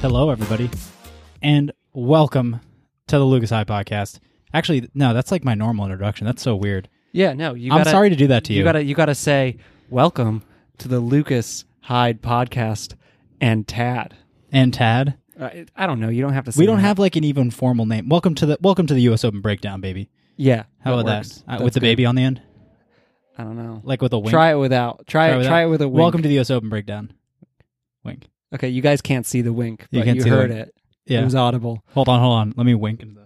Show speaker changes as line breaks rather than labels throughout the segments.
Hello, everybody, and welcome to the Lucas High Podcast. Actually, no, that's like my normal introduction. That's so weird.
Yeah, no, you.
I'm
Gotta,
sorry to do that to you.
You gotta, you gotta say welcome to the Lucas Hyde podcast and Tad.
And Tad,
Uh, it- I don't know. You don't have to. say
we don't
that.
have like an even formal name. Welcome to the welcome to the U.S. Open breakdown, baby.
Yeah.
How about
works.
that? Uh,
That's
with the
good.
baby on the end,
I don't know.
like with a wink.
Try it without. Try, it.
without-
Try it with a wink.
Welcome to the U.S. Open breakdown. Wink.
Okay, you guys can't see the wink,
You
but you,
can't see the
heard
wink.
it.
Yeah.
It was audible.
hold on, hold on. Let me wink. into the-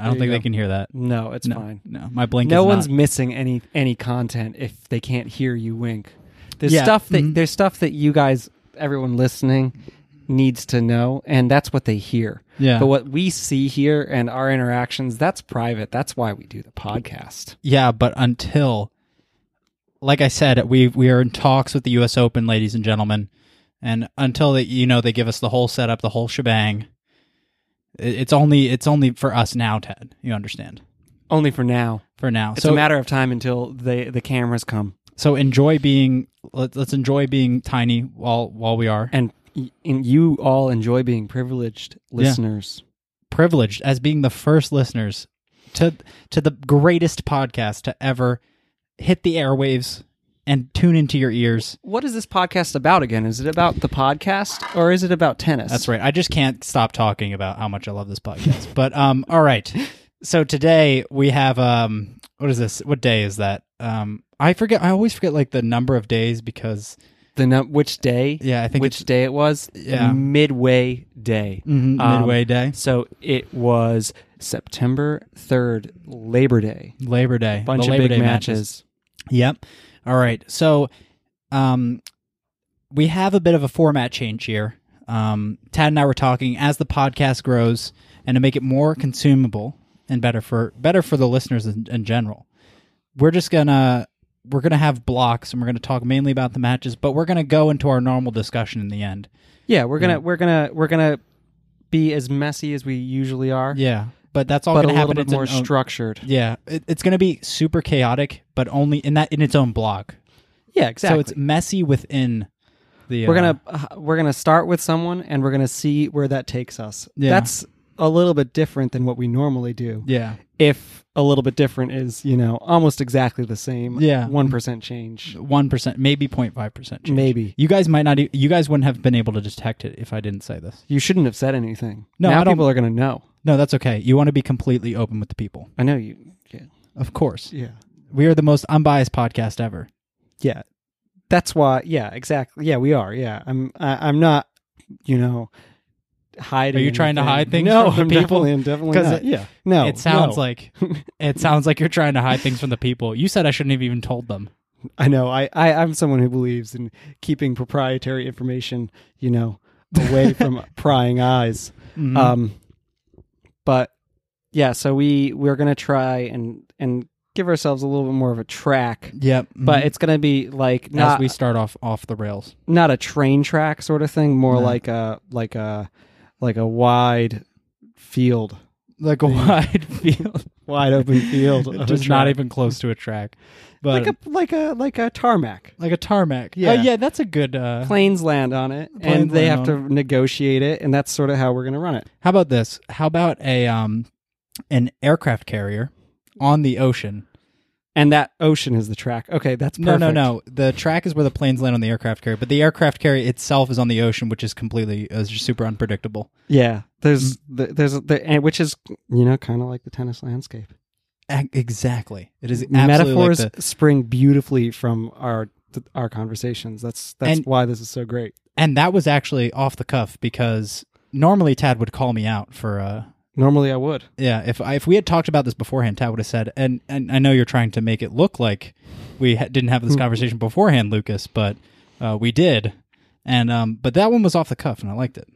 I don't
There you
think they
go.
can hear that.
No, it's
no,
fine.
No, my blink.
No
is
one's
Not.
missing any any content if they can't hear you wink. There's
Yeah,
stuff that
mhm.
there's stuff that you guys, everyone listening, needs to know, and that's what they hear.
Yeah.
But what we see here and our interactions, that's private. That's why we do the podcast.
Yeah, but until, like I said, we we are in talks with the U.S. Open, ladies and gentlemen, and until they, you know they give us the whole setup, the whole shebang. it- It's only it's only for us now, Ted. You understand?
Only for now.
For now,
It's
so
a matter of time until they, the cameras come
so enjoy being. Let, let's enjoy being tiny while while we are
and, y- and you all enjoy being privileged listeners.
privileged as being the first listeners to to the greatest podcast to ever hit the airwaves and tune into your ears.
What is this podcast about again? Is it about the podcast or is it about tennis?
That's right. I just can't stop talking about how much I love this podcast. but um, all right. So today we have um, what is this? What day is that? Um, I forget. I always forget like the number of days because
The num- which day?
yeah, I think
which day it was?
Yeah.
Midway day.
it's mhm,
Um,
midway day,
So it was September 3rd, Labor Day.
Labor Day,
Bunch
the
of
Labor
big
Day
matches.
Yep. All right. So, um, we have a bit of a format change here. Um, Tad and I were talking as the podcast grows, and to make it more consumable and better for better for the listeners in, in general, we're just gonna we're gonna have blocks, and we're gonna talk mainly about the matches, but we're gonna go into our normal discussion in the end.
Yeah, we're gonna we're gonna we're gonna be as messy as we usually are,
Yeah, but that's all
but a
gonna
little
happen
bit
its
more
own-
structured.
yeah, it, it's gonna be super chaotic, but only in that in its own block.
Yeah, exactly.
So it's messy within the.
we're
uh,
gonna uh, we're gonna start with someone, and we're gonna see where that takes us.
Yeah.
That's a little bit different than what we normally do.
yeah.
If a little bit different is you know almost exactly the same.
Yeah.
one percent change.
one percent, maybe 05 percent.
Maybe.
you guys might not. e- You guys wouldn't have been able to detect it if I didn't say this.
You shouldn't have said anything.
No,
now
I don't-
people are gonna know.
No, that's okay. You want to be completely open with the people,
I know you. Yeah,
of course.
yeah,
We are the most unbiased podcast ever.
yeah. That's why. Yeah, exactly. Yeah, we are. Yeah, I'm. I, I'm not. You know. Hiding
Are you trying to
anything.
hide things
No,
from the
I'm
people?
definitely, I'm definitely
'Cause
not.
it-
yeah, no.
it sounds
no.
like it sounds like you're trying to hide things from the people. You said I shouldn't have even told them.
I know. I, I I'm someone who believes in keeping proprietary information, you know, away from prying eyes.
Mhm.
Um, but yeah, so we we're gonna try and and give ourselves a little bit more of a track,
yep.
but
mhm.
it's gonna be like
as
not
we start off off the rails,
not a train track sort of thing, more
No.
like a like a like a wide field,
like a wide field,
wide open field. of a
just not
track.
even close to a track, but
like a like a like a tarmac.
like a tarmac.
Yeah.
Oh, yeah, that's a good. Uh,
planes land on it
Planes
and they
land
have to negotiate it and that's sort of how we're going to run it
How about this? How about a um an aircraft carrier on the ocean?
and that ocean is the track okay that's perfect.
No, no, no. The track is where the planes land on the aircraft carrier, but the aircraft carrier itself is on the ocean, which is completely uh, just super unpredictable.
yeah
Mm.
there's the, there's the, and which is you know kind of like the tennis landscape
Ac- E-, exactly. It is absolutely
metaphors
like the,
spring beautifully from our th- our conversations that's that's
And-
why this is so great
and that was actually off the cuff because normally Tad would call me out for uh
normally i would
yeah, if I, if we had talked about this beforehand, Tad would have said, and and I know you're trying to make it look like we ha- didn't have this conversation beforehand, Lucas, but uh, we did, and um, but that one was off the cuff, and I liked it.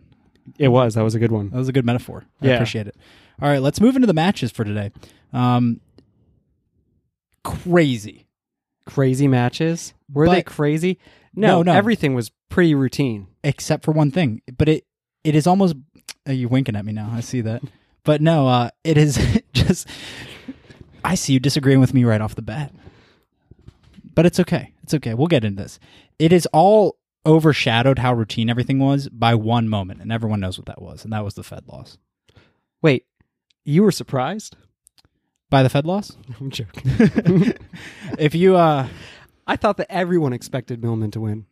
it was that was a good one
That was a good metaphor. I
Yeah.
appreciate it. All right, let's move into the matches for today. Um, crazy.
crazy matches were they
But-
crazy no,
No, no.
everything was pretty routine
except for one thing. But it it is almost uh, you're winking at me now. I see that. But no, uh, it is just I see you disagreeing with me right off the bat. But it's okay. It's okay. We'll get into this. It is all overshadowed how routine everything was by one moment, and everyone knows what that was, and that was the Fed loss.
Wait, you were surprised?
By the Fed loss,
I'm joking.
if you, uh,
I thought that everyone expected Millman to win.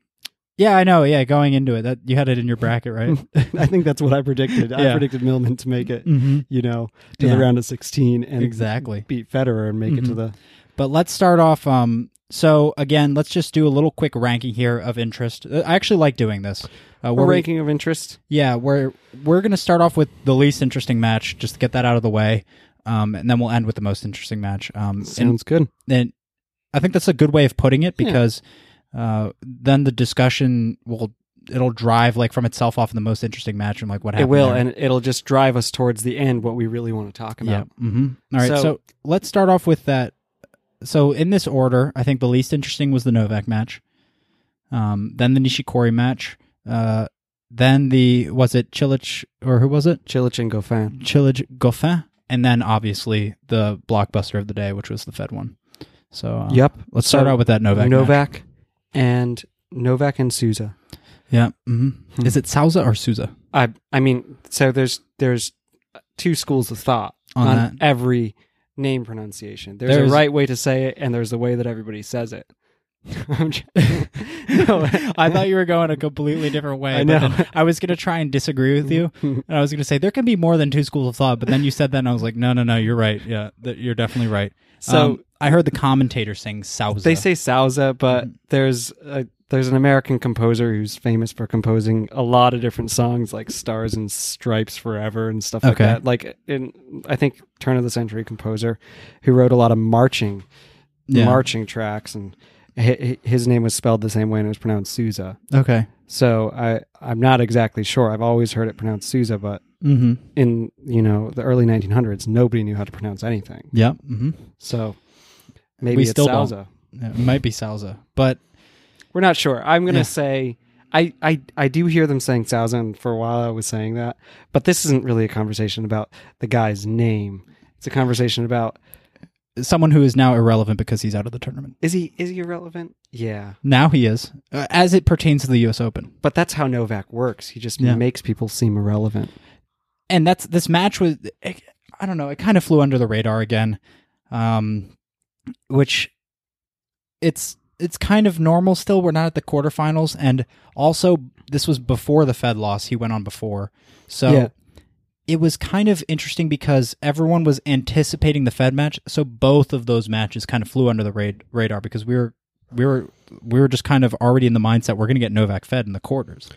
yeah, I know, yeah, going into it, that you had it in your bracket, right?
I think that's what I predicted. I
Yeah.
predicted Millman to make it,
mm-hmm.
you know, to
Yeah.
the round of 16 and
Exactly.
beat Federer and make it to
Mhm.
the.
But let's start off. Um, so again, let's just do a little quick ranking here of interest. Uh, I actually like doing this. Uh,
A
where we-
ranking of interest.
yeah, we're we're gonna start off with the least interesting match, just to get that out of the way, um, and then we'll end with the most interesting match. Um, and,
Sounds good.
and I think that's a good way of putting it
Yeah.
because uh, then the discussion will it'll drive like from itself off in the most interesting match and like what
It
happened.
will,
there.
and it'll just drive us towards the end what we really want to talk about.
Yeah. hmm All right. So,
So-
let's start off with that. So in this order, I think the least interesting was the Novak match, um, then the Nishikori match, uh, then the was it Chilich or who was it
Chilich and Goffin.
Chilich Goffin, and then obviously the blockbuster of the day, which was the Fed one. So uh,
Yep.
let's start
So,
out with that Novak. match.
Novak and Novak and Souza.
Yeah. hmm
Hmm.
Is it Souza or Souza
I I mean, so there's there's two schools of thought
on,
on,
that?
every name pronunciation. There's,
There's-
a right way to say it, and there's the way that everybody says it. I'm j- No.
I thought you were going a completely different way.
I
but
know.
then I was going to try and disagree with you, and I was going to say there can be more than two schools of thought. But then you said that, and I was like, no, no, no, you're right. Yeah, th- you're definitely right.
So
Um, I heard the commentator saying "sauza."
they say Souza, but
Mm-hmm.
there's a, there's an American composer who's famous for composing a lot of different songs, like "Stars and Stripes Forever" and stuff like
Okay.
that. Like in I think turn of the century composer who wrote a lot of marching
Yeah.
marching tracks, and hi- hi- his name was spelled the same way and it was pronounced Souza.
okay.
So I I'm not exactly sure. I've always heard it pronounced Sousa, but
Mm-hmm.
in you know the early 1900s, nobody knew how to pronounce anything.
Yeah. Mm-hmm.
So maybe
We
it's
still don't.
Sousa.
It might be "sauza," but
We're not sure. I'm gonna
Yeah.
say. I, I, I do hear them saying Sousa, and for a while I was saying that, but this isn't really a conversation about the guy's name. It's a conversation about
someone who is now irrelevant because he's out of the tournament.
is he is he irrelevant? Yeah,
Now he is, uh, as it pertains to the U.S. Open.
but that's how Novak works. He just
Yeah.
makes people seem irrelevant.
and that's this match was it, I don't know it kind of flew under the radar again, um, which it's it's kind of normal still. We're not at the quarterfinals, and also this was before the Fed loss. He went on before, so
Yeah.
it was kind of interesting because everyone was anticipating the Fed match. So both of those matches kind of flew under the ra- radar because we were we were we were just kind of already in the mindset we're going to get Novak Fed in the quarters.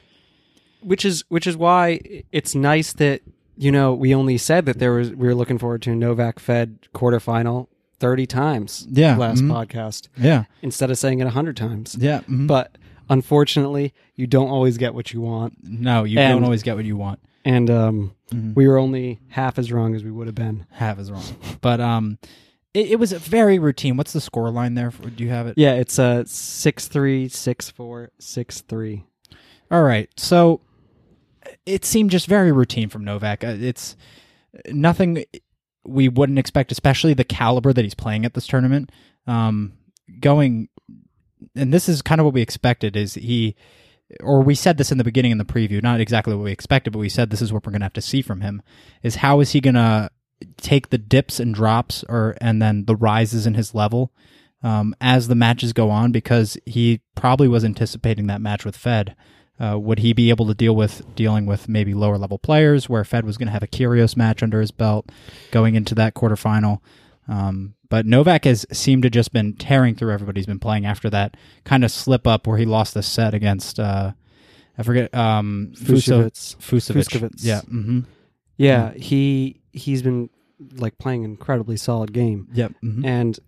which is which is why it's nice that you know we only said that there was we were looking forward to a Novak Fed quarterfinal thirty times
Yeah,
last
mhm.
podcast
Yeah,
instead of saying it hundred times.
yeah, mhm.
But unfortunately, you don't always get what you want,
no, you
And-
don't always get what you want.
and um,
Mhm.
we were only half as wrong as we would have been.
Half is wrong. But um, it, it was very routine. What's the score line there? For, do you have it?
Yeah, it's uh six three six four six three.
All right. So it seemed just very routine from Novak. Uh, It's nothing we wouldn't expect, especially the caliber that he's playing at this tournament. Um, going, and this is kind of what we expected. Is he? Or we said this in the beginning in the preview, not exactly what we expected, but we said this is what we're going to have to see from him. Is how is he going to take the dips and drops, or and then the rises in his level um, as the matches go on? Because he probably was anticipating that match with Fed, uh, would he be able to deal with dealing with maybe lower level players where Fed was going to have a Curios match under his belt going into that quarterfinal? Um, but Novak has seemed to just been tearing through everybody he's been playing after that kind of slip up where he lost the set against uh, I forget um, Fuso- Fusovic.
Fuskovits.
Yeah. Mm-hmm.
Yeah, he he's been like playing an incredibly solid game.
Yep. mhm.
and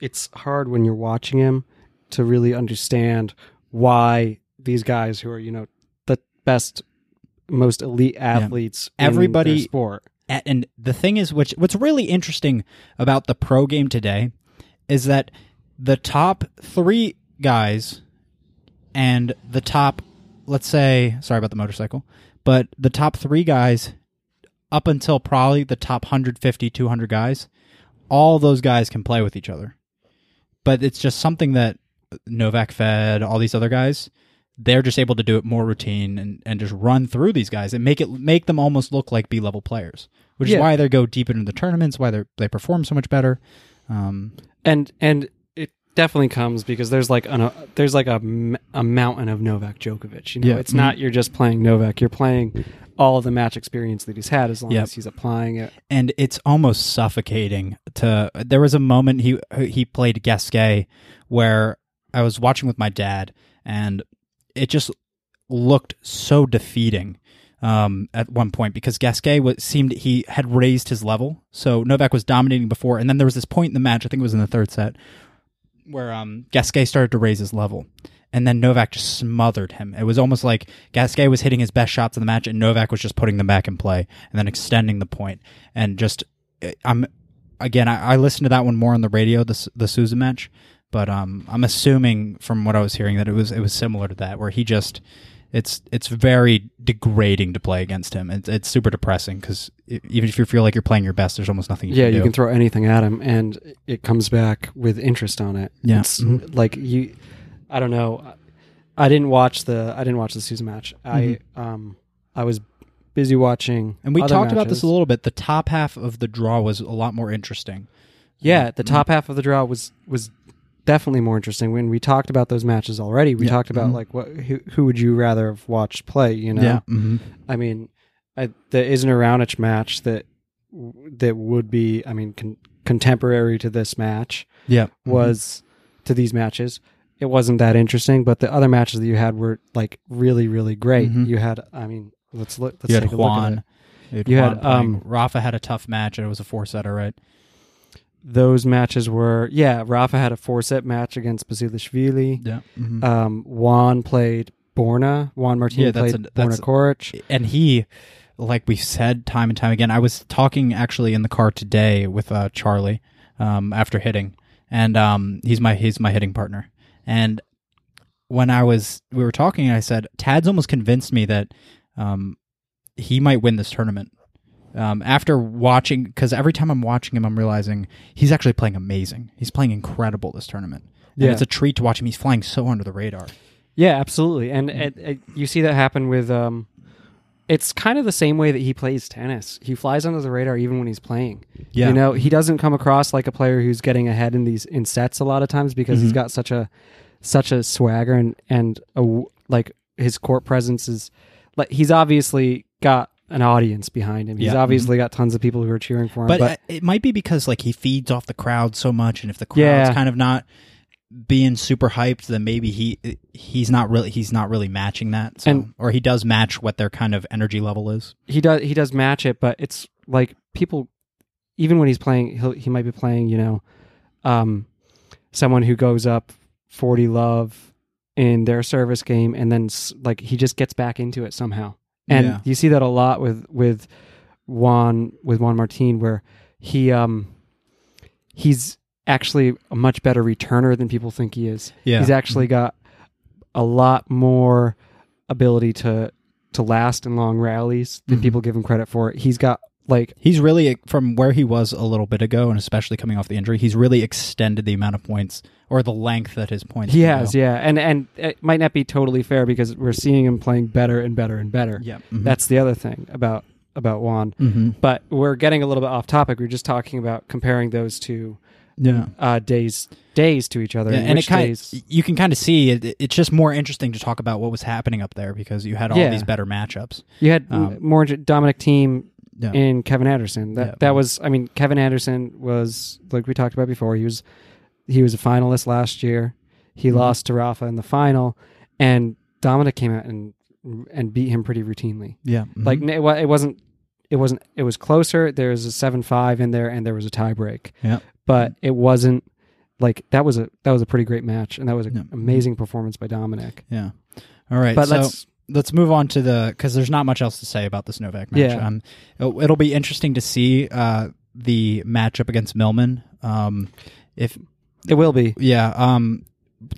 it's hard when you're watching him to really understand why these guys who are you know the best most elite athletes in
Everybody-
their sport
A- and the thing is which what's really interesting about the pro game today is that the top 3 guys and the top let's say sorry about the motorcycle but the top 3 guys up until probably the top 150 200 guys all those guys can play with each other but it's just something that Novak Fed all these other guys they're just able to do it more routine and, and just run through these guys and make it make them almost look like B level players, which
Yeah.
is why they go deep into the tournaments, why they they perform so much better. Um,
and and it definitely comes because there's like an, a there's like a, m- a mountain of Novak Djokovic. You know,
Yeah. Mm-hmm.
it's not you're just playing Novak. You're playing all of the match experience that he's had as long
Yep.
as he's applying it.
and it's almost suffocating to there was a moment he he played Gasquet where I was watching with my dad and it just looked so defeating um, at one point because Gasquet was, seemed he had raised his level. So Novak was dominating before and then there was this point in the match I think it was in the third set where um, Gasquet started to raise his level. And then Novak just smothered him. It was almost like Gasquet was hitting his best shots in the match, and Novak was just putting them back in play and then extending the point. And just, eh, I'm again, I, I listened to that one more on the radio, the S- the Souza match, but um, I'm assuming from what I was hearing that it was it was similar to that, where he just, it's it's very degrading to play against him. It's it's super depressing because even if you feel like you're playing your best, there's almost nothing. You
yeah
can do.
you can throw anything at him and it comes back with interest on it
Yeah.
it's like you i don't know i didn't watch the i didn't watch the season match i um i was busy watching
And we
other
talked about this a
matches.
little bit. The top half of the draw was a lot more interesting.
yeah the top half of the draw was was definitely more interesting when we talked about those matches already we
Yeah.
talked about
Mhm.
like what who, who would you rather have watched play you know
hmm
I mean, I, the Isner Raonic match that that would be, I mean, con- contemporary to this match
Yeah. Mm-hmm.
was to these matches. It wasn't that interesting, but the other matches that you had were like really, really great.
Mhm.
You had, I mean, let's look. Let's
You had
take a look at
Juan.
it.
You had,
You
Juan
had,
playing.
um,
Rafa had a tough match. and It was a four setter, right?
Those matches were, yeah. Rafa had a four set match against Basilashvili.
Yeah.
Um, Juan played Borna. Juan Martin
Mm-hmm. Yeah, that's
played
a- that's
Borna Koric.
and he, like we've said time and time again, I was talking actually in the car today with uh, Charlie um, after hitting, and um, he's my he's my hitting partner. And when I was we were talking, I said Tad's almost convinced me that um, he might win this tournament. Um, after watching, because every time I'm watching him, I'm realizing he's actually playing amazing. He's playing incredible this tournament. And
Yeah.
it's a treat to watch him. He's flying so under the radar.
Yeah, absolutely. And
Mm-hmm.
it, it, you see that happen with um it's kind of the same way that he plays tennis. He flies under the radar even when he's playing.
Yeah.
You know, he doesn't come across like a player who's getting ahead in these in sets a lot of times because he's
Mhm.
got such a such a swagger and and a w like his court presence is like he's obviously got an audience behind him. He's
Yeah. Mm-hmm.
obviously got tons of people who are cheering for him.
But, uh, it might be because like he feeds off the crowd so much, and if the crowd's
Yeah.
kind of not being super hyped, then maybe he he's not really he's not really matching that, so,
And-
or he does match what their kind of energy level is.
he does he does match it, but it's like people even when he's playing he'll he might be playing, you know, um someone who goes up 40 love in their service game and then s- like he just gets back into it somehow. And
Yeah.
you see that a lot with with Juan with Juan Martin where he um he's actually a much better returner than people think he is.
Yeah,
He's actually got a lot more ability to to last in long rallies than
Mhm.
people give him credit for. He's got like
He's really from where he was a little bit ago, and especially coming off the injury, he's really extended the amount of points or the length that his points.
he
can
has,
go.
yeah, and and it might not be totally fair because we're seeing him playing better and better and better.
yeah. mhm.
That's the other thing about about Juan.
Mhm.
But we're getting a little bit off topic. We are just talking about comparing those two
Mm-hmm. yeah.
uh, days days to each other.
Yeah,
and
and it
which
kind
days-
you can kind of see it, it's just more interesting to talk about what was happening up there because you had all
Yeah.
these better matchups.
you had
um,
more Dominic Team
Yeah.
in Kevin Anderson. That
Yeah.
that was I mean Kevin Anderson was like we talked about before. He was he was a finalist last year. He
Mhm.
lost to Rafa in the final, and Dominic came out and and beat him pretty routinely.
yeah.
Like
mhm.
it, wa- it wasn't it wasn't it was closer. There was a seven five in there, and there was a tie break.
Yeah.
but it wasn't. Like that was a that was a pretty great match, and that was an
Yeah.
amazing performance by Dominic.
Yeah. All right.
But
so
let's
let's move on to the because there's not much else to say about this Novak match.
Yeah.
Um, it'll, it'll be interesting to see uh, the matchup against Millman. Um, if
it will be
yeah. Um,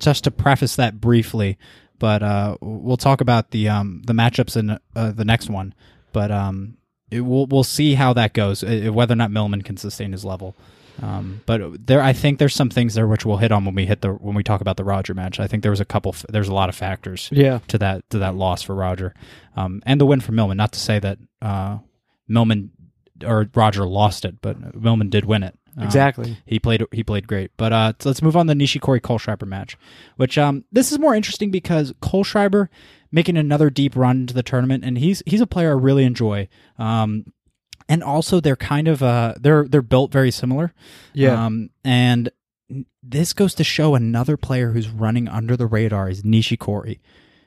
just to preface that briefly, but uh, we'll talk about the um, the matchups in uh, the next one. But um, it, we'll we'll see how that goes, uh, whether or not Millman can sustain his level. Um, but there, I think there's some things there which we'll hit on when we hit the when we talk about the Roger match. I think there was a couple. f- There's a lot of factors
Yeah.
to that to that loss for Roger, um, and the win for Millman. Not to say that uh, Millman or Roger lost it, but Millman did win it. Um,
Exactly.
He played he played great. But uh, so let's move on to the Nishikori Kohlschreiber match, which um, this is more interesting because Kohlschreiber making another deep run into the tournament, and he's he's a player I really enjoy. Um, and also they're kind of uh, they're they're built very similar.
Yeah.
Um, and this goes to show another player who's running under the radar is Nishikori.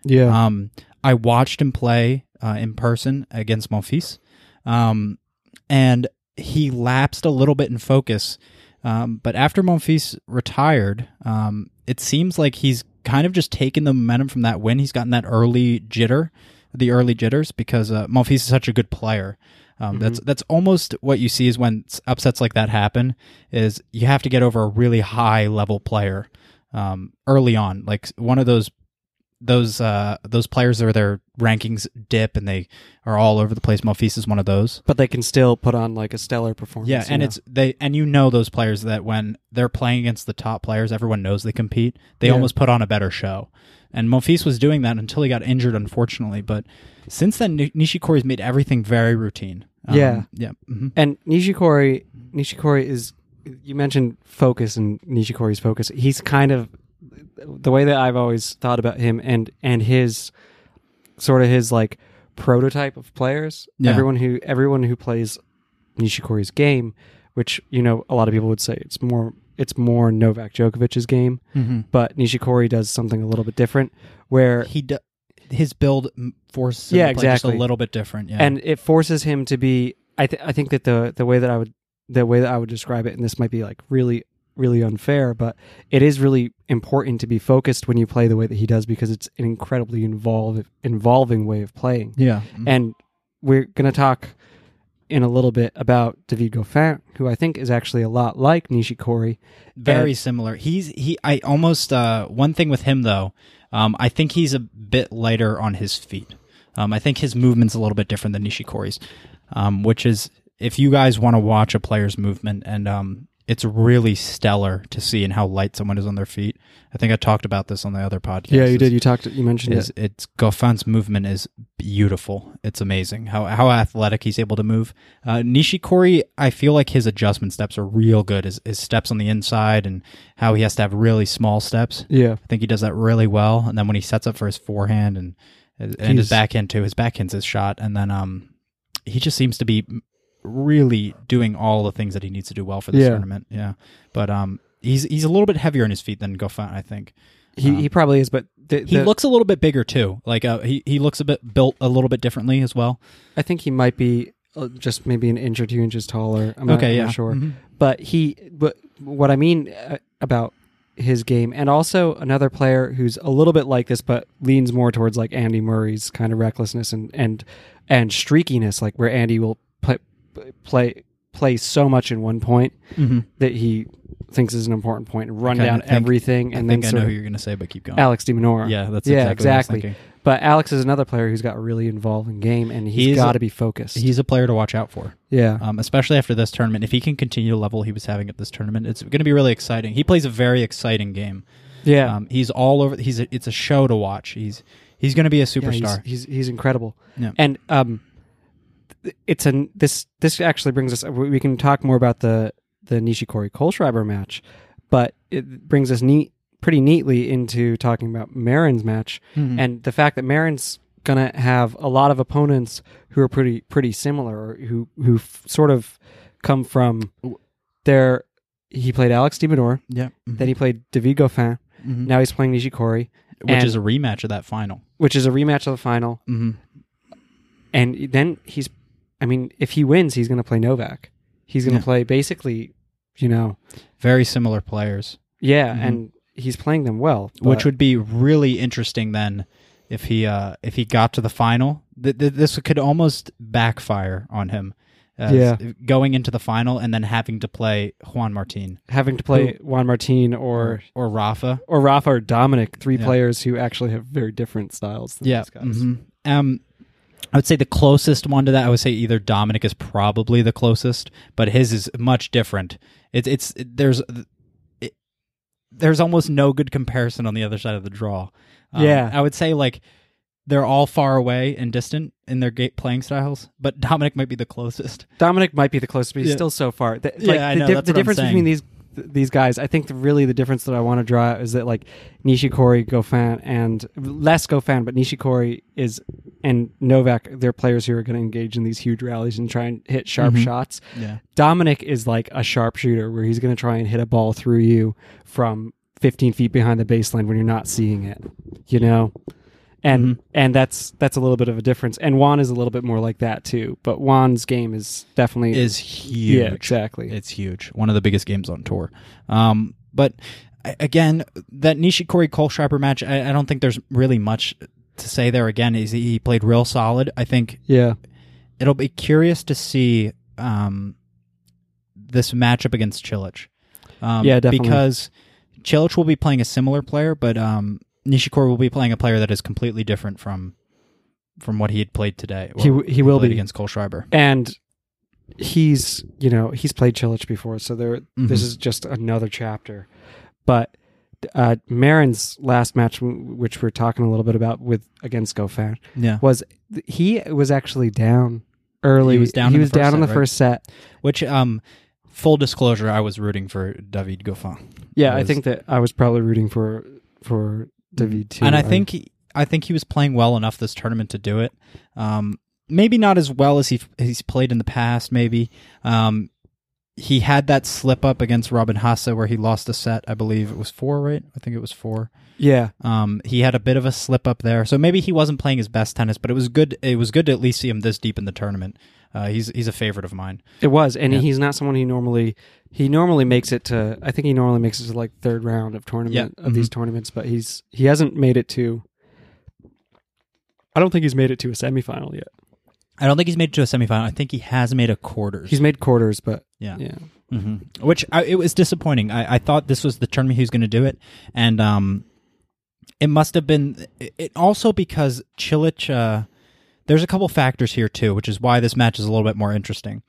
yeah.
Um, I watched him play uh, in person against Monfils, um, and he lapsed a little bit in focus. Um, but after Monfils retired, um, it seems like he's kind of just taken the momentum from that win. He's gotten that early jitter, the early jitters, because uh, Monfils is such a good player. Um, That's that's almost what you see is when s- upsets like that happen. Is you have to get over a really high level player um, early on, like one of those those uh those players are their rankings dip and they are all over the place. Monfils is one of those.
but they can still put on like a stellar performance.
Yeah,
you
and
know?
it's they and you know those players that when they're playing against the top players, everyone knows they compete. They
Yeah.
almost put on a better show. And Monfils was doing that until he got injured, unfortunately. But since then, Ni- Nishikori's made everything very routine.
Yeah.
yeah, hmm
and Nishikori Nishikori is you mentioned focus and Nishikori's focus. He's kind of the way that I've always thought about him and and his sort of his like prototype of players.
Yeah.
Everyone who everyone who plays Nishikori's game, which you know a lot of people would say it's more it's more Novak Djokovic's game,
hmm
but Nishikori does something a little bit different where
he d- his build m- forces him
Yeah,
to play just
exactly.
a little bit different. Yeah,
and it forces him to be I, th- I think that the the way that i would the way that i would describe it and this might be like really really unfair but it is really important to be focused when you play the way that he does because it's an incredibly involve, involving way of playing
yeah, mm-hmm.
and we're going to talk in a little bit about david goffin who i think is actually a lot like nishikori
very similar. He's he. I almost uh, one thing with him though. Um, I think he's a bit lighter on his feet. Um, I think his movement's a little bit different than Nishikori's, um, which is if you guys want to watch a player's movement and um, it's really stellar to see in how light someone is on their feet. I think I talked about this on the other podcast.
yeah you
is-
did you talked you mentioned
Is,
it
it's Goffin's movement is beautiful. It's amazing how how athletic he's able to move. Uh, Nishikori, I feel like his adjustment steps are real good. His, his steps on the inside and how he has to have really small steps.
yeah
I think he does that really well. And then when he sets up for his forehand and and his
He's-
backhand too, his backhand's his shot. And then um, he just seems to be really doing all the things that he needs to do well for this
Yeah.
tournament. Yeah, but um, he's he's a little bit heavier on his feet than Goffin, I think.
he, he probably is but the,
Um, He
the-
looks a little bit bigger too. Like uh, he he looks a bit built a little bit differently as well.
I think he might be uh, just maybe an inch or two inches taller. I'm not,
Okay,
I'm not
yeah.
sure.
Mhm.
But he, but what I mean uh, about his game, and also another player who's a little bit like this, but leans more towards like Andy Murray's kind of recklessness and and and streakiness, like where Andy will play play play so much in one point
Mhm.
that he thinks is an important point, and run
Okay, I
down
think-
everything,
I
and
think I
then
know
sort
who
of
you're gonna say, but keep going.
Alex DiMinora.
Yeah, that's exactly. what I
yeah,
was
exactly.
thinking.
But Alex is another player who's got a really involving game, and
He
he's
is a-
got to be focused.
He's a player to watch out for.
yeah,
um, especially after this tournament. If he can continue the level he was having at this tournament, it's going to be really exciting. He plays a very exciting game.
yeah.
Um, he's all over. He's a, it's a show to watch. He's he's going to be a
Yeah, he's-
superstar.
he's, he's incredible.
Yeah.
And um, th- it's an this this actually brings us. We we can talk more about the the Nishikori Kohlschreiber match, but it brings us neat pretty neatly into talking about Marin's match
Mhm.
and the fact that Marin's gonna have a lot of opponents who are pretty pretty similar or who who f- sort of come from their. He played Alex DiMador,
yeah,
then he played David Goffin.
Mhm.
Now he's playing Nishikori,
which
and-
is a rematch of that final.
which is a rematch of the final.
Mm-hmm.
and then he's i mean if he wins he's going to play novak he's going to
Yeah.
play basically you know
Very similar players,
yeah
Mhm.
and he's playing them well
which would be really interesting then if he uh, if he got to the final. Th- th- this could almost backfire on him. as
Yeah.
going into the final and then having to play Juan Martin
having to play juan martin or
or Rafa.
or rafa or dominic three
Yeah.
players who actually have very different styles than
yeah. Mm-hmm.
these guys
mhm. Um, I would say the closest one to that, I would say either Dominic is probably the closest, but his is much different. It's it's there's it, there's almost no good comparison on the other side of the draw. Um,
Yeah.
I would say like they're all far away and distant in their ga- playing styles, but Dominic might be the closest.
Dominic might be the closest, but he's
Yeah.
still so far. The,
Yeah,
like,
I
the
know,
dif-
that's
the
what I'm
difference
saying.
between these th- these guys, I think, the, really the difference that I want to draw is that like Nishikori, Gofan, and less Gofan, but Nishikori is and Novak, they're players who are going to engage in these huge rallies and try and hit sharp
Mhm.
shots.
Yeah.
Dominic is like a sharpshooter where he's going to try and hit a ball through you from 15 feet behind the baseline when you're not seeing it, you know? And
Mm-hmm.
and that's that's a little bit of a difference. And Juan is a little bit more like that too. But Juan's game is definitely
Is huge.
yeah exactly
It's huge. One of the biggest games on tour. Um, but a- again, that Nishikori Kohlschreiber match, I, I don't think there's really much to say there. Again, is he played real solid. I think
yeah
it'll be curious to see um, this matchup against Chilich. Um,
Yeah, definitely.
Because Chilich will be playing a similar player, but um, Nishikori will be playing a player that is completely different from from what he had played today. or
He w- he will
played
be.
against Kohlschreiber.
and he's you know he's played Chilich before, so there this
Mhm.
is just another chapter. But uh Marin's last match, w- which we're talking a little bit about with against Gofan,
Yeah,
was he was actually down early.
He was down
He
in the
was
first
down in
set,
the
right?
first set.
which um, full disclosure, I was rooting for David Goffin.
Yeah,
That
I
was- Mm-hmm.
think that I was probably rooting for for David too.
And I think he, I think he was playing well enough this tournament to do it. Um, maybe not as well as he he's played in the past. Maybe um, he had that slip up against Robin Hasse where he lost a set. I believe it was four, right? I think it was four.
yeah,
Um, he had a bit of a slip up there, so maybe he wasn't playing his best tennis. But it was good. It was good to at least see him this deep in the tournament. Uh, he's he's a favorite of mine.
it was, and
Yeah.
he's not someone he normally he normally makes it to. I think he normally makes it to like third round of tournament
Yeah, mm-hmm.
of these tournaments, but he's he hasn't made it to. I don't think he's made it to a semifinal yet.
I don't think he's made it to a semifinal. I think he has made a quarters.
He's made quarters, but
yeah.
yeah,
hmm Which I, it was disappointing. I, I thought this was the tournament he was going to do it, and um, it must have been. It, it also because Chilich. Uh, there's a couple factors here too, which is why this match is a little bit more interesting.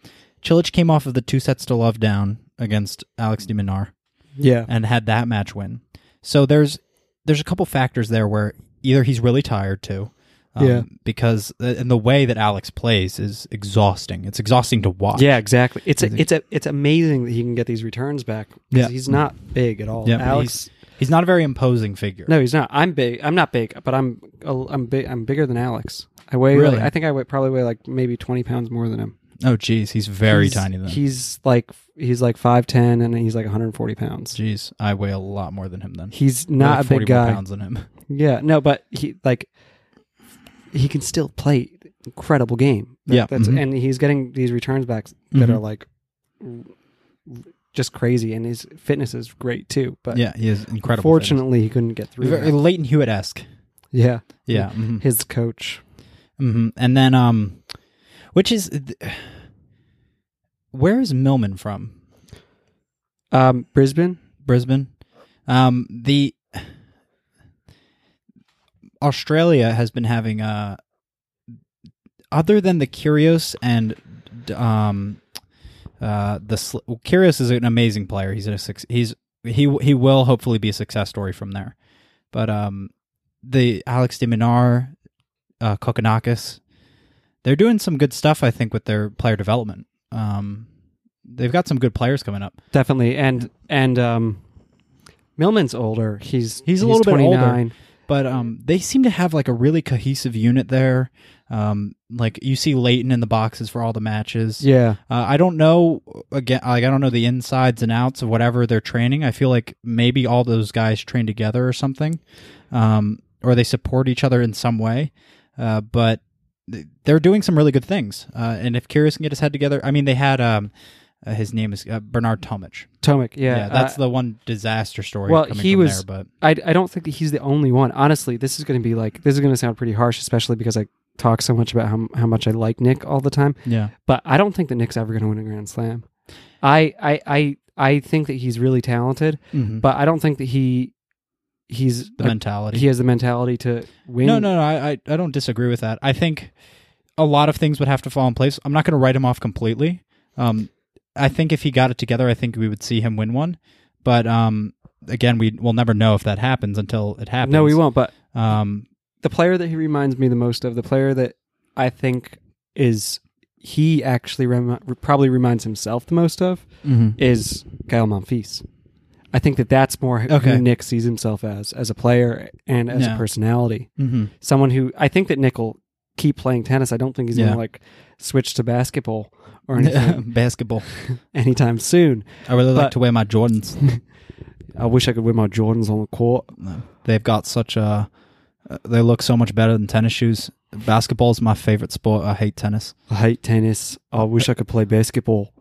Chilich came off of the two sets to love down against Alex de Minaur
yeah,
and had that match win. So there's there's a couple factors there where either he's really tired too. um,
Yeah.
Because uh, and the way that Alex plays is exhausting. It's exhausting to watch.
yeah, exactly. It's
I
a,
think-
it's a, it's amazing that he can get these returns back. 'cause
Yeah.
he's not big at all.
Yeah,
Alex,
He's not a very imposing figure.
No, he's not. I'm big. I'm not big, but I'm I'm big. I'm bigger than Alex. I weigh.
Really?
like- I think I weigh, probably weigh like maybe twenty pounds more than him.
Oh, geez, he's very
He's-
tiny then.
He's like he's like five ten, and he's like one hundred forty pounds.
Jeez, I weigh a lot more than him then.
He's
We're
not
like
a
40
big
more
guy.
pounds than him.
Yeah, no, but he like he can still play incredible game. That-
Yeah,
that's
mhm.
and he's getting these returns back that
Mhm.
are like just crazy, and his fitness is great too. But
yeah, he is incredible.
fortunately, he couldn't get through.
fitness. very
that.
Leighton Hewitt esque.
Yeah,
Yeah, hmm
his coach.
hmm and then um, which is th- where is Millman from?
Um, Brisbane.
Brisbane. Um, the Australia has been having uh, other than the Curios and d- um, uh, the sl- well, Curios is an amazing player. He's a suc- he's he he will hopefully be a success story from there. But um, the Alex de Minaur, uh, Kokonakis, they're doing some good stuff. I think with their player development. Um, they've got some good players coming up.
Definitely, and and um, Millman's older. He's
He's a little bit older.
29.
But um, they seem to have like a really cohesive unit there. Um, like you see Leighton in the boxes for all the matches.
Yeah,
Uh, I don't know again. Like I don't know the insides and outs of whatever they're training. I feel like maybe all those guys train together or something, um, or they support each other in some way. Uh, but th- they're doing some really good things. Uh, and if Curious can get his head together, I mean, they had um, uh, his name is uh, Bernard Tomic.
Tomic. Yeah,
that's
uh,
the one disaster story.
well,
coming
he
from
was-
there, but
I I don't think that he's the only one. Honestly, this is going to be like this is going to sound pretty harsh, especially because I talk so much about how how much I like Nick all the time.
yeah.
But I don't think that Nick's ever going to win a Grand Slam. I I I I think that he's really talented,
Mhm.
but I don't think that he he's
the mentality.
he has the mentality to win.
No, no, no. I, I, I don't disagree with that. I think a lot of things would have to fall in place. I'm not going to write him off completely. Um, I think if he got it together, I think we would see him win one. But um, again, we will never know if that happens until it happens.
No, we won't. But
Um,
the player that he reminds me the most of, the player that I think is he actually remi- probably reminds himself the most of, is Kyle Monfils. I think that that's more
Okay.
who Nick sees himself as, as a player and as
Yeah.
a personality.
mm-hmm.
Someone who I think that Nick will keep playing tennis. I don't think he's
Yeah.
gonna like switch to basketball or anything
Basketball.
anytime soon.
I really like
But-
to wear my Jordans.
I wish I could wear my Jordans on the court.
They've got such a. uh, They look so much better than tennis shoes. Basketball is my favorite sport. I hate tennis.
I hate tennis. I wish I could play basketball,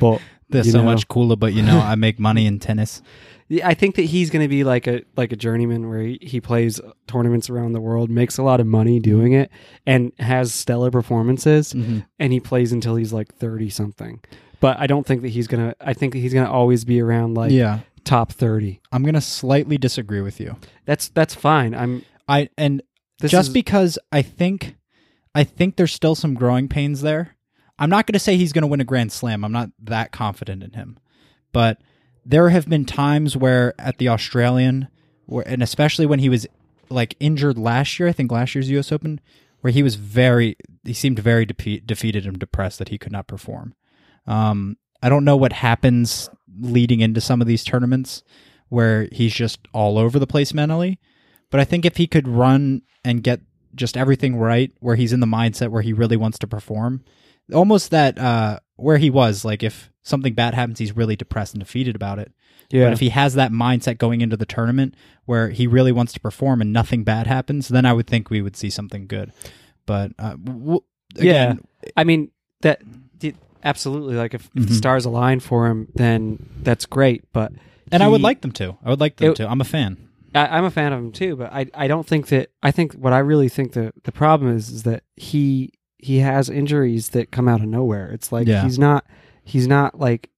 but
They're
You
so
know.
much cooler, but you know, I make money in tennis.
Yeah, I think that he's going to be like a like a journeyman where he, he plays tournaments around the world, makes a lot of money doing it, and has stellar performances.
Mm.
And he plays until he's like thirty something. But I don't think that he's gonna. I think that he's gonna always be around like
yeah,
top thirty.
I'm gonna slightly disagree with you.
That's that's fine. I'm
I and
this
just
is-
because I think I think there's still some growing pains there. I'm not going to say he's going to win a grand slam. I'm not that confident in him. But there have been times where at the Australian where, and especially when he was like injured last year, I think last year's US Open where he was very he seemed very depe- defeated and depressed that he could not perform. Um I don't know what happens leading into some of these tournaments where he's just all over the place mentally. But I think if he could run and get just everything right, where he's in the mindset where he really wants to perform, almost that uh, where he was, like if something bad happens, he's really depressed and defeated about it. But
yeah
if he has that mindset going into the tournament where he really wants to perform and nothing bad happens, then I would think we would see something good. But uh, w-
yeah.
again,
I mean that did, absolutely. Like if, if the
Mhm.
stars align for him, then that's great. But
and I would
he-
like them to. I would like them
It-
to. I'm a fan.
I, I'm a fan of him too, but I I don't think that I think what I really think the the problem is is that he he has injuries that come out of nowhere. It's like
Yeah.
he's not he's not like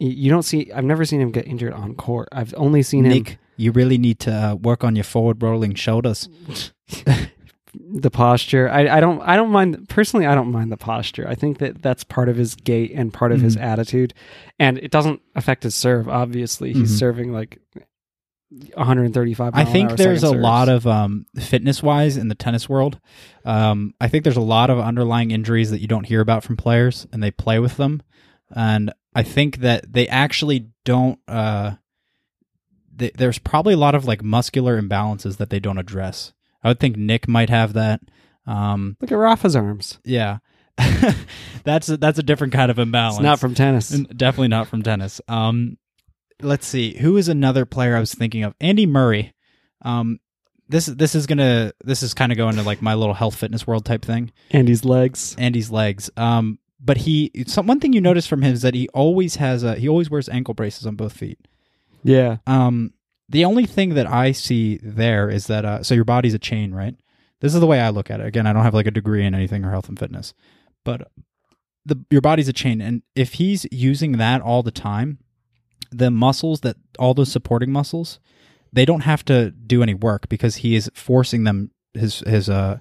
y- you don't see. I've never seen him get injured on court. I've only seen
Nick, you really need to uh, work on your forward rolling shoulders.
him the posture. I I don't I don't mind personally. I don't mind the posture. I think that that's part of his gait and part of his
Mhm.
attitude, and it doesn't affect his serve. Obviously, he's
Mhm.
serving like 135.
I think there's a lot of um, fitness wise in the tennis world. Um, I think there's a lot of underlying injuries that you don't hear about from players, and they play with them. And I think that they actually don't. Uh, th- there's probably a lot of like muscular imbalances that they don't address. I would think Nick might have that. Um,
look at Rafa's arms.
yeah, that's a, that's a different kind of imbalance.
It's not from tennis.
N- Definitely not from tennis. Um, let's see who is another player I was thinking of. Andy Murray. Um, this this is gonna this is kind of going to like my little health fitness world type thing.
Andy's legs.
Andy's legs. Um, but he some one thing you notice from him is that he always has a he always wears ankle braces on both feet.
Yeah.
Um, the only thing that I see there is that uh, so your body's a chain, right? This is the way I look at it. Again, I don't have like a degree in anything or health and fitness, but the your body's a chain, and if he's using that all the time, the muscles that all those supporting muscles, they don't have to do any work because he is forcing them his his uh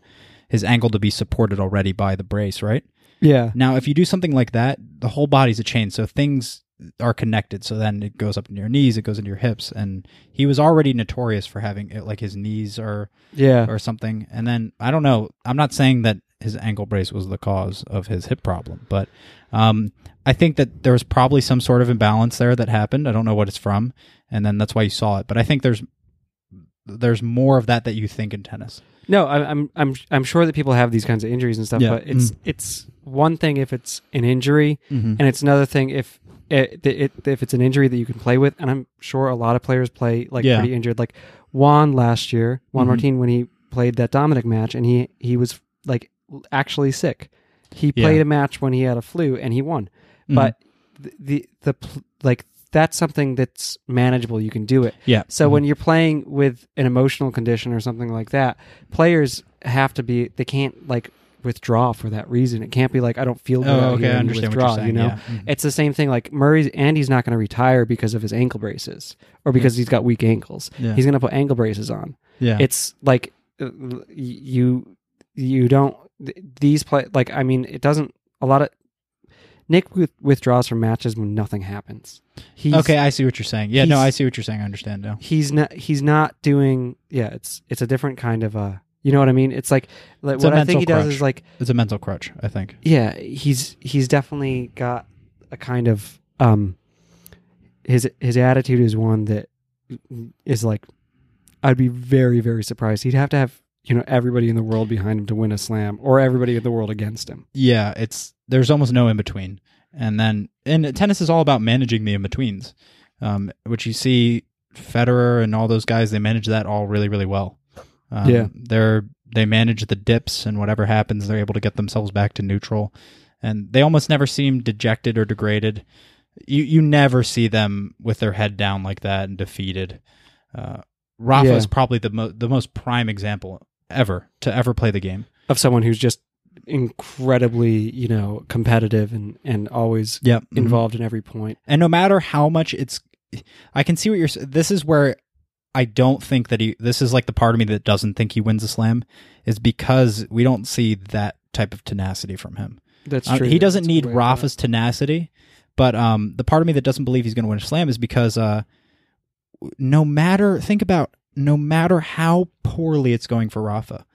his ankle to be supported already by the brace, right?
Yeah.
Now, if you do something like that, the whole body's a chain, so things are connected. So then it goes up into your knees, it goes into your hips, and he was already notorious for having it, like his knees or
Yeah.
or something. And then I don't know. I'm not saying that his ankle brace was the cause of his hip problem, but um, I think that there was probably some sort of imbalance there that happened. I don't know what it's from, and then that's why you saw it. But I think there's there's more of that that you think in tennis.
No, I, I'm I'm I'm sure that people have these kinds of injuries and stuff,
Yeah. Mm.
but it's it's one thing if it's an injury,
Mm-hmm.
and it's another thing if it, it if it's an injury that you can play with. And I'm sure a lot of players play like
Yeah.
pretty injured, like Juan last year, Juan
Mhm.
Martin when he played that Dominic match, and he he was like actually sick. He
Yeah.
played a match when he had a flu and he won, but the the, the pl- like that's something that's manageable. You can do it.
yeah,
So when you're playing with an emotional condition or something like that, players have to be they can't like withdraw for that reason. It can't be like I don't feel good. out
oh okay,
here,"
I
and you
understand what
withdraw,
you're saying.
You know,
yeah. Mhm.
it's the same thing. Like Murray's Andy's not going to retire because of his ankle braces or because he's got weak ankles.
Yeah.
He's going to put ankle braces on.
yeah.
It's like uh, you you don't th- these play like I mean it doesn't a lot of Nick with, withdraws from matches when nothing happens. He's,
okay, I see what you're saying. Yeah, no,
he's-
I see what you're saying. I understand now.
he's not he's not doing yeah it's it's a different kind of uh you know what I mean it's like, like
It's a
what I think
mental
he does
crutch.
is like
It's a mental crutch, I think.
yeah he's he's definitely got a kind of um his his attitude is one that is like i'd be very very surprised he'd have to have you know everybody in the world behind him to win a slam or everybody in the world against him
Yeah, it's there's almost no in between. And then and tennis is all about managing the in betweens, um, which you see Federer and all those guys they manage that all really really well. Um,
Yeah.
they're they manage the dips and whatever happens they're able to get themselves back to neutral, and they almost never seem dejected or degraded. You you never see them with their head down like that and defeated. Uh, Rafa
Yeah.
is probably the mo- the most prime example ever to ever play the game.
of someone who's just incredibly you know competitive and and always
Yep,
involved in every point
And no matter how much it's, I can see what you're. s- This is where I don't think that he. This is like the part of me that doesn't think he wins a slam, is because we don't see that type of tenacity from him.
that's
Uh,
true
he doesn't
That's
need
way of life.
Rafa's tenacity, but um, the part of me that doesn't believe he's going to win a slam is because uh, no matter think about no matter how poorly it's going for Rafa,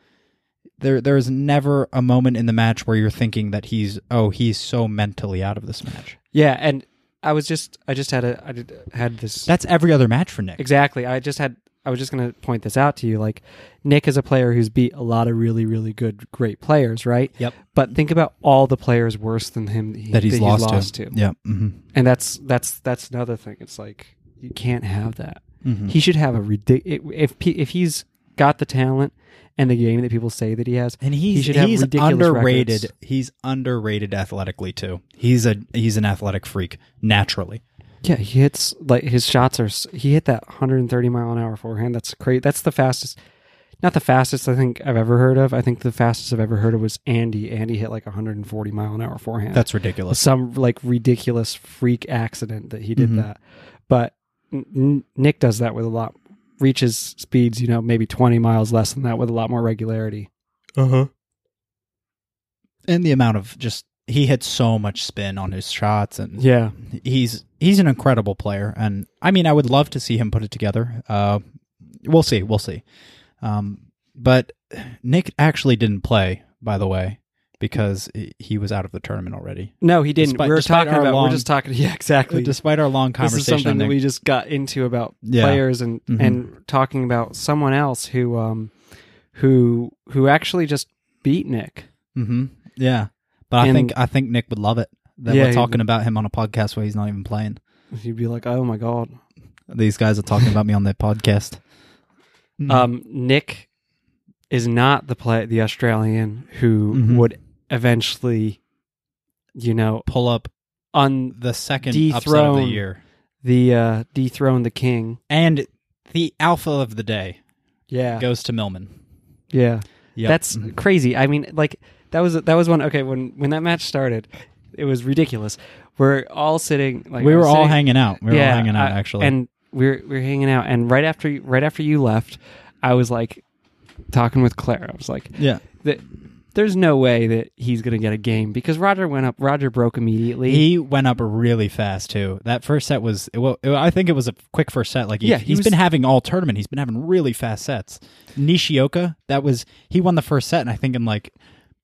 there there is never a moment in the match where you're thinking that he's oh he's so mentally out of this match.
yeah and i was just i just had a i did, had this
That's every other match for Nick.
Exactly. I just had. I was just going to point this out to you. Like Nick is a player who's beat a lot of really, really good, great players, right?
Yep.
But think about all the players worse than him he-
that he's, lost, to.
to.
Yeah. Mm-hmm.
And that's that's that's another thing. It's like you can't have that.
Mhm.
He should have a ridiculous. If pe- if he's got the talent and the game that people say that he has,
And he's
He should have
he's
ridiculous
underrated.
records.
He's underrated athletically too. He's a he's an athletic freak naturally.
yeah, he hits like his shots are. s- He hit that 130 mile an hour forehand. That's crazy. That's the fastest. Not the fastest I think I've ever heard of. I think the fastest I've ever heard of was Andy. Andy hit like 140 mile an hour forehand.
That's ridiculous.
some like ridiculous freak accident that he did
Mhm.
that. But N- N- Nick does that with a lot reaches speeds, you know, maybe 20 miles less than that with a lot more regularity.
Uh-huh. And the amount of just he hits so much spin on his shots and
Yeah.
he's he's an incredible player and I mean I would love to see him put it together. Uh we'll see, we'll see. Um but Nick actually didn't play by the way because he- he was out of the tournament already.
No, he didn't.
Despite-
we were
despite
talking
our
about
long-
we're just talking yeah, exactly.
Despite our long
this
conversation
is something
on
that
Nick-
we just got into about
Yeah.
players and
Mhm.
and talking about someone else who um who who actually just beat Nick.
Mm-hmm. Yeah, but I
And-
think I think Nick would love it that
Yeah,
we're
he
talking
would.
about him on a podcast where he's not even playing.
He'd be like, "Oh my god."
These guys are talking about me on their podcast.
Uh,
Mm-hmm. Mm.
Um, Nick is not the play the Australian who
Mhm.
would eventually, you know,
pull up
un
the second upset of the
Dethrone.
year
the uh, dethrone the king.
and the alpha of the day
Yeah,
goes to Millman.
yeah,
Yep.
that's
Mhm.
crazy. I mean, like that was that was one. Okay, when when that match started, it was ridiculous. We're all sitting like
we
I'm
were all
sitting-
hanging out. We were
yeah,
all hanging out
I-
actually.
and we we're we we're hanging out. And right after you- right after you left, I was like talking with Claire. I was like,
yeah,
that there's no way that he's going to get a game because Roger went up. Roger broke immediately.
he went up really fast too. That first set was well, it- I think it was a quick first set. Like he,
Yeah, he
he's
was-
been having all tournament. He's been having really fast sets. Nishioka, that was he won the first set, and I think in like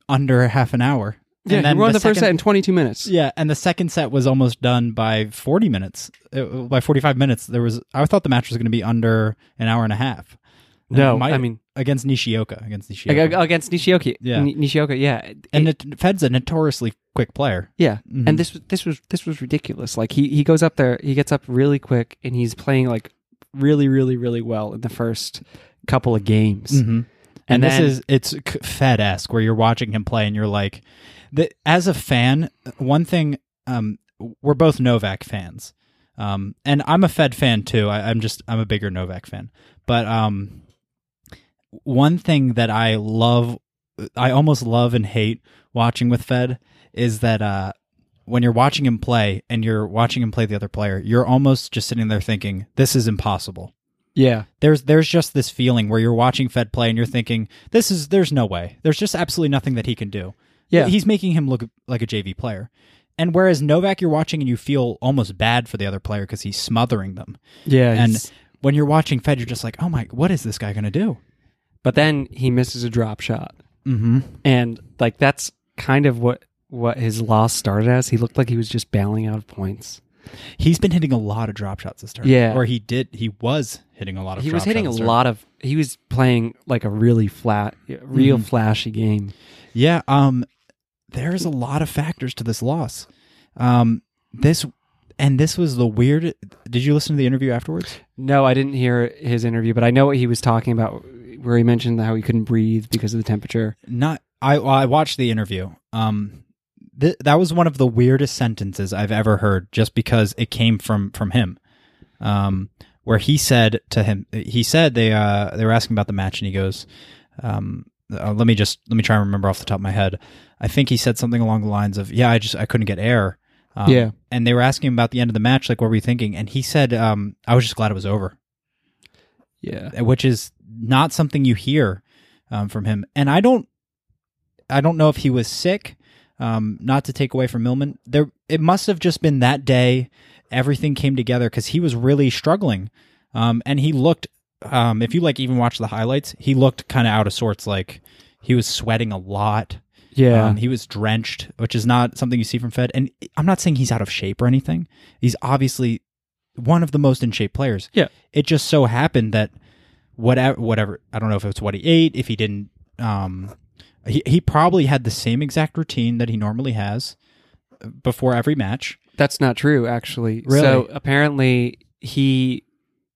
under half an hour.
yeah,
and then
he won the, first set
second-
in 22 minutes.
Yeah, and the second set was almost done by 40 minutes. Uh, by 45 minutes, there was I thought the match was going to be under an hour and a half. And
No,
it might-
I mean
against Nishioka, against Nishioka.
ag- ag- against Nishioka.
Yeah.
Ni- Nishioka. Yeah, It-
and it, Fed's a notoriously quick player.
yeah,
Mhm.
and this was this was this was ridiculous. Like he he goes up there, he gets up really quick, and he's playing like really really really well in the first couple of games.
Mm-hmm. And,
And
this
then-
is it's Fed esque where you're watching him play and you're like, the, as a fan, one thing um, we're both Novak fans, um, and I'm a Fed fan too. I, I'm just I'm a bigger Novak fan, but um, one thing that I love, I almost love and hate watching with Fed is that uh, when you're watching him play and you're watching him play the other player, you're almost just sitting there thinking, this is impossible.
Yeah.
There's there's just this feeling where you're watching Fed play and you're thinking this is there's no way. There's just absolutely nothing that he can do.
Yeah.
He's making him look like a JV player. And whereas Novak you're watching and you feel almost bad for the other player cuz he's smothering them.
Yeah.
And
he's-
when you're watching Fed you're just like, "Oh my, what is this guy going to do?"
but then he misses a drop shot. Mm-hmm.
Mhm.
And like that's kind of what what his loss started as. He looked like he was just bailing out of points.
He's been hitting a lot of drop shots this term.
Yeah.
Or he did he was hitting a lot of
He
drop
was hitting a
shots this term.
lot of he was playing like a really flat
Mm-hmm.
real flashy game.
Yeah, um there's a lot of factors to this loss. Um this and this was the weird Did you listen to the interview afterwards?
No, I didn't hear his interview, but I know what he was talking about where he mentioned how he couldn't breathe because of the temperature.
Not I well, I watched the interview. Um th- that was one of the weirdest sentences I've ever heard just because it came from from him. Um where he said to him he said they uh they were asking about the match and he goes um uh, let me just let me try and remember off the top of my head. I think he said something along the lines of, "Yeah, I just I couldn't get air." Um,
Yeah.
and they were asking him about the end of the match, like, what were you thinking? And he said, um, I was just glad it was over,
Yeah.
which is not something you hear um, from him. And I don't, I don't know if he was sick. Um, not to take away from Millman, there it must have just been that day. Everything came together because he was really struggling, um, and he looked. Um, if you like, even watch the highlights, he looked kind of out of sorts. Like he was sweating a lot.
Yeah.
Um, he was drenched, which is not something you see from Fed. And I'm not saying he's out of shape or anything. He's obviously one of the most in shape players.
Yeah.
It just so happened that whatever, whatever, I don't know if it's what he ate, if he didn't, um, he, he probably had the same exact routine that he normally has before every match.
That's not true, actually.
Really?
So apparently he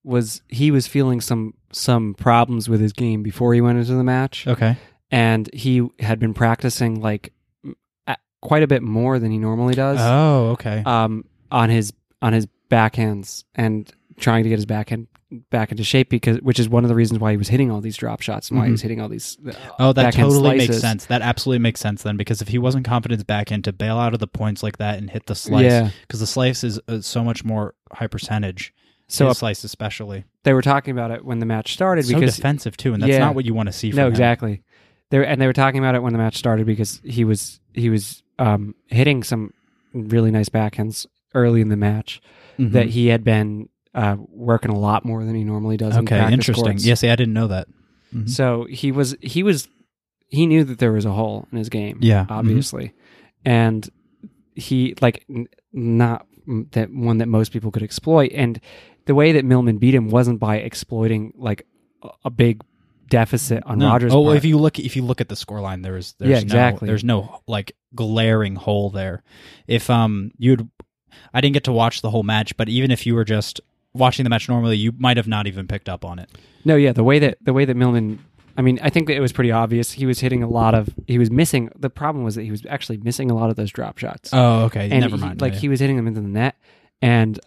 was he was feeling some some problems with his game before he went into the match,
Okay.
and he had been practicing like m- a- quite a bit more than he normally does
Oh, okay.
um, on his on his backhands and trying to get his backhand back into shape because which is one of the reasons why he was hitting all these drop shots and why
Mm-hmm.
he was hitting all these uh,
Oh, that
backhand
totally makes
slices.
sense. That absolutely makes sense then, because if he wasn't confident back in to bail out of the points like that and hit the slice,
Yeah.
because the slice is uh, so much more high percentage.
So
His
uh,
slice especially
they were talking about it when the match started
so
because
defensive too, and that's
Yeah.
not what you want to see. From
No,
him.
exactly. They were, and they were talking about it when the match started because he was he was um, hitting some really nice backhands early in the match
Mhm.
that he had been uh, working a lot more than he normally does. in
okay,
practice
interesting.
courts.
Yeah, see, I didn't know that. Mhm.
So he was he was he knew that there was a hole in his game.
Yeah, mhm.
obviously, and he like n- not m- that one that most people could exploit. And the way that Millman beat him wasn't by exploiting like a- a big deficit on
No.
Rogers.
oh,
part.
if you look, if you look at the scoreline, there's there's
Yeah,
no,
exactly.
There's no like glaring hole there. If um you'd, I didn't get to watch the whole match, but even if you were just watching the match normally, you might have not even picked up on it.
No, yeah, the way that the way that Millman, I mean, I think that it was pretty obvious. He was hitting a lot of, he was missing. The problem was that he was actually missing a lot of those drop shots.
Oh, okay,
and
never
he-
mind.
like
Yeah.
he was hitting them into the net, and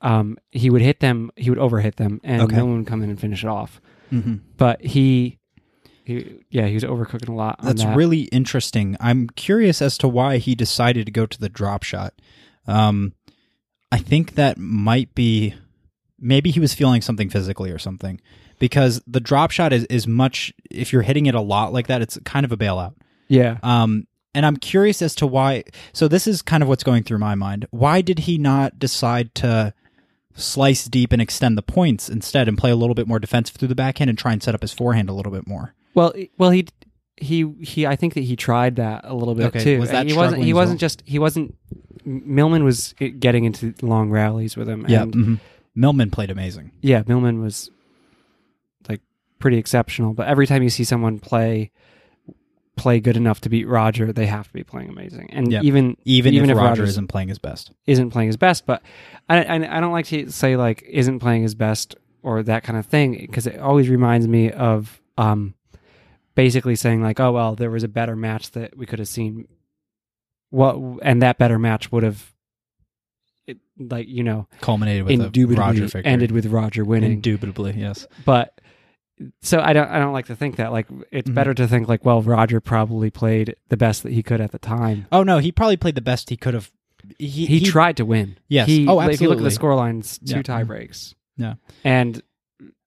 um, he would hit them, he would overhit them, and
Okay.
Millman would come in and finish it off.
Mhm.
But he, he, yeah, he was overcooking a lot. On
That's
that.
really interesting. I'm curious as to why he decided to go to the drop shot. Um, I think that might be maybe he was feeling something physically or something because the drop shot is, is much, if you're hitting it a lot like that, it's kind of a bailout.
yeah.
Um, and I'm curious as to why. So this is kind of what's going through my mind. Why did he not decide to slice deep and extend the points instead and play a little bit more defensive through the backhand and try and set up his forehand a little bit more?
Well, i- well, he he he. I think that he tried that a little bit
Okay,
too.
was that
he wasn't.
struggling
He
as
wasn't
well?
just. He wasn't. M- Millman was eh, getting into long rallies with him.
Yeah.
and
mhm. Millman played amazing.
yeah, Millman was like pretty exceptional. But every time you see someone play play good enough to beat Roger, they have to be playing amazing. And
Yeah.
even
even,
Even
if,
if
Roger
Rodgers-
isn't playing his best.
isn't playing his best. But I, I I don't like to say like isn't playing his best or that kind of thing because it always reminds me of um basically saying like oh well there was a better match that we could have seen what and that better match would have it, like you know
Culminated with a Roger
indubitably
victory.
ended with Roger winning
Indubitably, yes.
but so I don't I don't like to think that like it's
Mhm.
better to think like well Roger probably played the best that he could at the time.
Oh no, he probably played the best he could have. He,
He, tried to win.
Yes.
He,
Oh,
like, If you look at
absolutely.
the score lines, two
Yeah.
tie breaks.
Yeah.
And